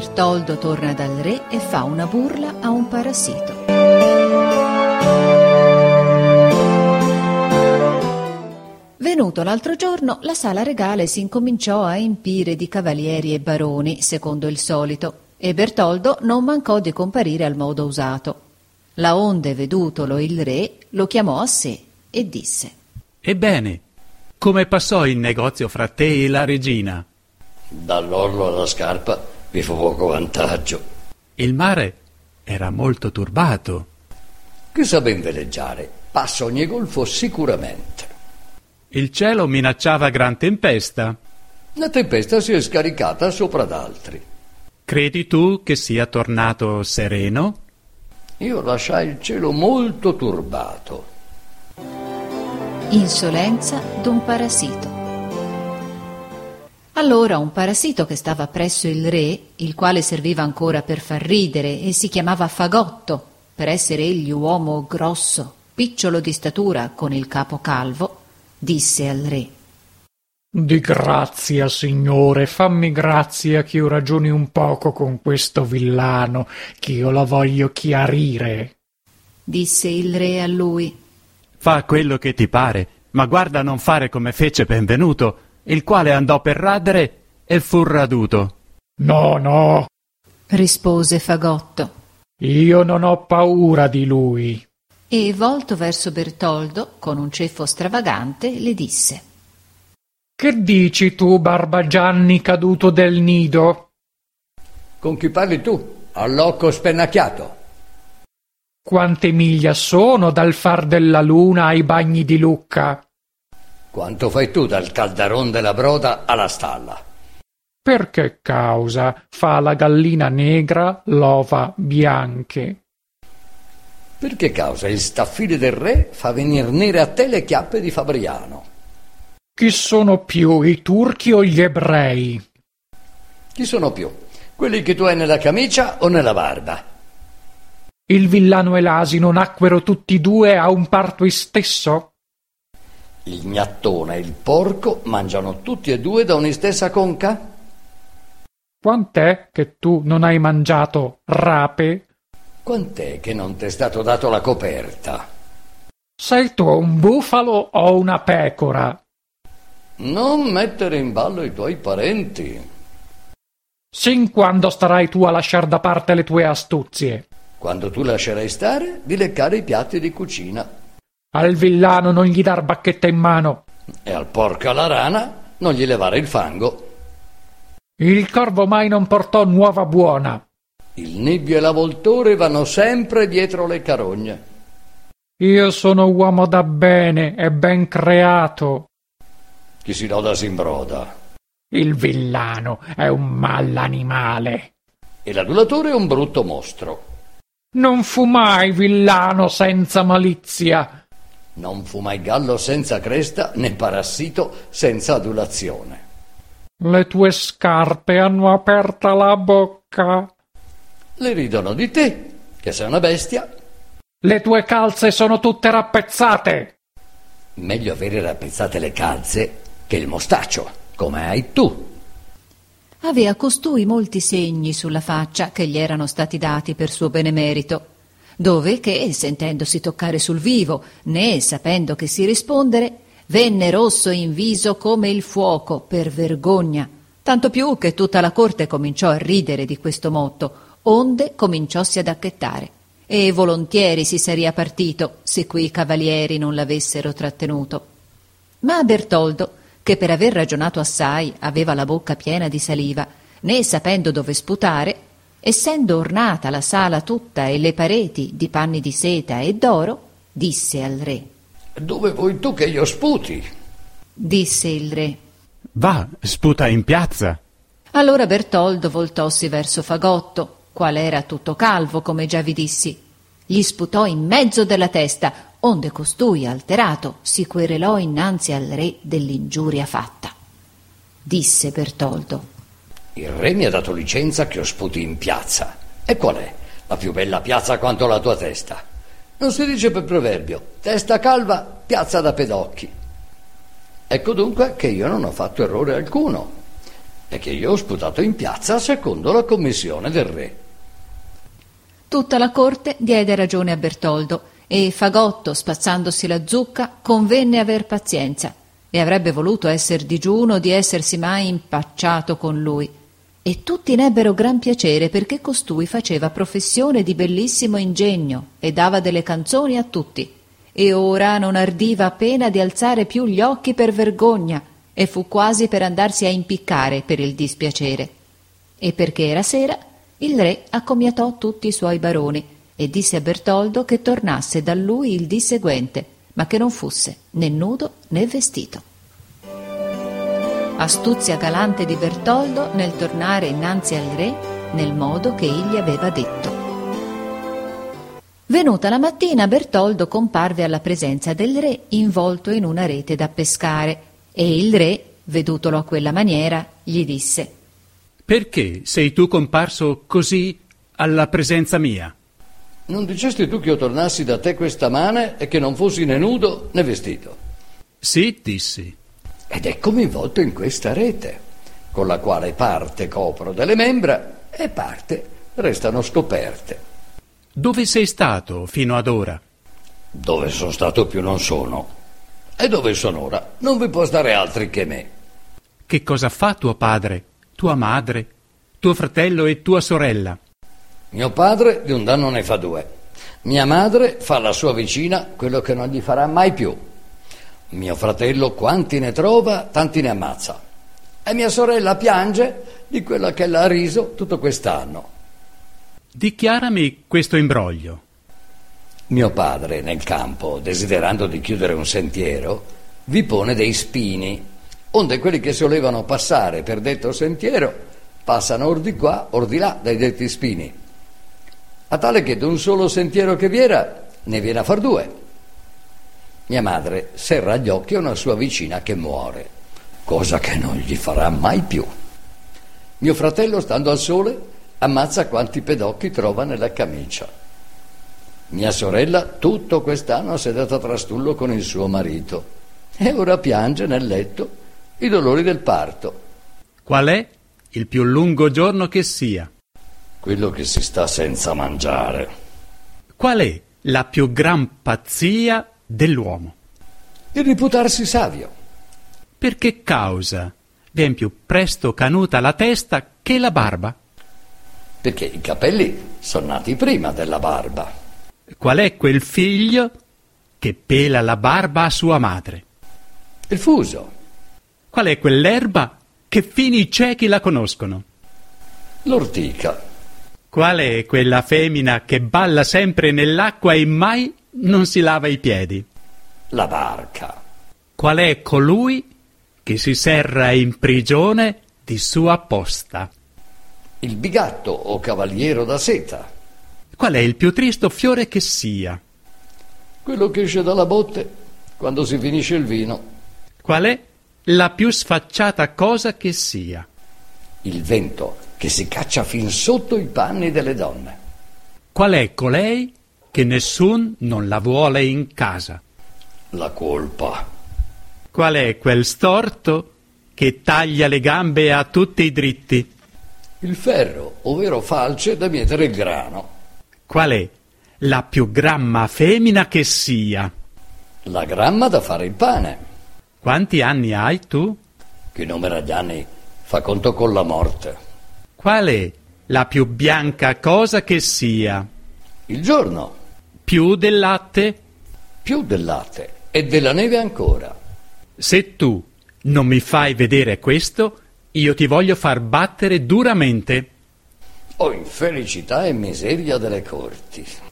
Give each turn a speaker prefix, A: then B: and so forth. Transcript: A: Stoldo torna dal re e fa una burla a un parassito. Venuto l'altro giorno, la sala regale si incominciò a empire di cavalieri e baroni, secondo il solito, e Bertoldo non mancò di comparire al modo usato. La onde vedutolo il re lo chiamò a sé e disse
B: Ebbene, come passò il negozio fra te e la regina?
C: Dall'orlo alla scarpa vi fu poco vantaggio.
B: Il mare era molto turbato.
C: Chi sa ben veleggiare passa ogni golfo sicuramente.
B: Il cielo minacciava gran tempesta.
C: La tempesta si è scaricata sopra ad altri.
B: Credi tu che sia tornato sereno?
C: Io lasciai il cielo molto turbato.
A: Insolenza d'un parassito. Allora un parassito che stava presso il re, il quale serviva ancora per far ridere e si chiamava Fagotto, per essere egli uomo grosso, picciolo di statura, con il capo calvo, disse al re
D: Di grazia, signore, fammi grazia ch'io ragioni un poco con questo villano, ch'io la voglio chiarire.
A: Disse il re a lui
B: Fa quello che ti pare, ma guarda a non fare come fece Benvenuto, il quale andò per radere e fu raduto.
D: No, no,
A: rispose Fagotto
D: io non ho paura di lui.
A: e volto verso Bertoldo con un ceffo stravagante le disse
D: Che dici tu, Barbagianni caduto del nido?
C: Con chi parli tu? All'occo spennacchiato.
D: Quante miglia sono dal far della luna ai bagni di Lucca?
C: Quanto fai tu dal caldaron della broda alla stalla?
D: Per che causa fa la gallina negra l'ova bianche?
C: Per che causa il staffile del re fa venir nere a te le chiappe di Fabriano?
D: Chi sono più, i turchi o gli ebrei?
C: Chi sono più? Quelli che tu hai nella camicia o nella barba?
D: Il villano e l'asino nacquero tutti due a un parto istesso?
C: Il gnattone e il porco mangiano tutti e due da un'istessa conca?
D: Quant'è che tu non hai mangiato rape?
C: Quant'è che non t'è stato dato la coperta?
D: Sei tu un bufalo o una pecora?
C: Non mettere in ballo i tuoi parenti.
D: Sin quando starai tu a lasciar da parte le tue astuzie?
C: Quando tu lascerai stare, di leccare i piatti di cucina.
D: Al villano non gli dar bacchetta in mano.
C: E al porco e alla rana non gli levare il fango.
D: Il corvo mai non portò nuova buona.
C: Il nebbio e la voltore vanno sempre dietro le carogne.
D: Io sono uomo da bene e ben creato.
C: Chi si loda si imbroda.
D: Il villano è un mal'animale.
C: E l'adulatore è un brutto mostro.
D: Non fu mai villano senza malizia.
C: Non fu mai gallo senza cresta né parassito senza adulazione.
D: Le tue scarpe hanno aperta la bocca.
C: Le ridono di te, che sei una bestia.
D: Le tue calze sono tutte rappezzate.
C: Meglio avere rappezzate le calze che il mostaccio, come hai tu.
A: Aveva costui molti segni sulla faccia che gli erano stati dati per suo benemerito, dove che, sentendosi toccare sul vivo, né sapendo che si rispondere, venne rosso in viso come il fuoco per vergogna, tanto più che tutta la corte cominciò a ridere di questo motto, onde cominciossi ad acchettare, e volontieri si saria partito se quei cavalieri non l'avessero trattenuto. Ma Bertoldo, che per aver ragionato assai aveva la bocca piena di saliva, né sapendo dove sputare, essendo ornata la sala tutta e le pareti di panni di seta e d'oro, disse al re.
C: Dove vuoi tu che io sputi?
A: Disse il re.
B: Va, sputa in piazza.
A: Allora Bertoldo voltossi verso Fagotto, qual era tutto calvo, come già vi dissi. Gli sputò in mezzo della testa, onde costui, alterato, si querelò innanzi al re dell'ingiuria fatta. Disse Bertoldo.
C: Il re mi ha dato licenza che io sputi in piazza. E qual è? La più bella piazza quanto la tua testa. Non si dice per proverbio, testa calva, piazza da pedocchi. Ecco dunque che io non ho fatto errore alcuno. è che io ho sputato in piazza secondo la commissione del re.
A: Tutta la corte diede ragione a Bertoldo e Fagotto, spazzandosi la zucca, convenne aver pazienza e avrebbe voluto esser digiuno di essersi mai impacciato con lui. E tutti n'ebbero gran piacere perché costui faceva professione di bellissimo ingegno e dava delle canzoni a tutti. E ora non ardiva appena di alzare più gli occhi per vergogna e fu quasi per andarsi a impiccare per il dispiacere. E perché era sera, il re accomiatò tutti i suoi baroni e disse a Bertoldo che tornasse da lui il dì seguente, ma che non fosse né nudo né vestito. Astuzia galante di Bertoldo nel tornare innanzi al re nel modo che egli aveva detto. Venuta la mattina, Bertoldo comparve alla presenza del re involto in una rete da pescare e il re, vedutolo a quella maniera, gli disse
B: Perché sei tu comparso così alla presenza mia?
C: Non dicesti tu che io tornassi da te questa mane e che non fossi né nudo né vestito?
B: Sì, dissi.
C: Ed eccomi involto in questa rete, con la quale parte copro delle membra e parte restano scoperte.
B: Dove sei stato fino ad ora?
C: Dove sono stato più non sono. E dove sono ora? Non vi può stare altri che me.
B: Che cosa fa tuo padre, tua madre, tuo fratello e tua sorella?
C: Mio padre di un danno ne fa due. Mia madre fa alla sua vicina quello che non gli farà mai più. Mio fratello quanti ne trova, tanti ne ammazza. E mia sorella piange di quella che l'ha riso tutto quest'anno.
B: Dichiarami questo imbroglio.
C: Mio padre nel campo, desiderando di chiudere un sentiero, vi pone dei spini, onde quelli che solevano passare per detto sentiero passano or di qua, or di là dai detti spini a tale che d'un solo sentiero che vi era ne viene a far due. Mia madre serra agli occhi a una sua vicina che muore, cosa che non gli farà mai più. Mio fratello, stando al sole, ammazza quanti pedocchi trova nella camicia. Mia sorella tutto quest'anno si è data trastullo con il suo marito e ora piange nel letto i dolori del parto.
B: Qual è il più lungo giorno che sia?
C: quello che si sta senza mangiare.
B: Qual è la più gran pazzia dell'uomo?
C: Il riputarsi savio.
B: Per che causa vien più presto canuta la testa che la barba?
C: Perché i capelli sono nati prima della barba.
B: Qual è quel figlio che pela la barba a sua madre?
C: Il fuso.
B: Qual è quell'erba che fini i ciechi la conoscono?
C: L'ortica.
B: Qual è quella femmina che balla sempre nell'acqua e mai non si lava i piedi?
C: La barca.
B: Qual è colui che si serra in prigione di sua posta?
C: Il bigatto o cavaliero da seta.
B: Qual è il più tristo fiore che sia?
C: Quello che esce dalla botte quando si finisce il vino.
B: Qual è la più sfacciata cosa che sia?
C: Il vento che si caccia fin sotto i panni delle donne.
B: Qual è colei che nessun non la vuole in casa?
C: La colpa.
B: Qual è quel storto che taglia le gambe a tutti i dritti?
C: Il ferro, ovvero falce da mietere il grano.
B: Qual è la più gramma femmina che sia?
C: La gramma da fare il pane.
B: Quanti anni hai tu?
C: Chi numera gli anni fa conto con la morte.
B: Qual è la più bianca cosa che sia?
C: Il giorno,
B: Più del latte?
C: più del latte e della neve ancora.
B: Se tu non mi fai vedere questo, io ti voglio far battere duramente.
C: Oh, O infelicità e miseria delle corti.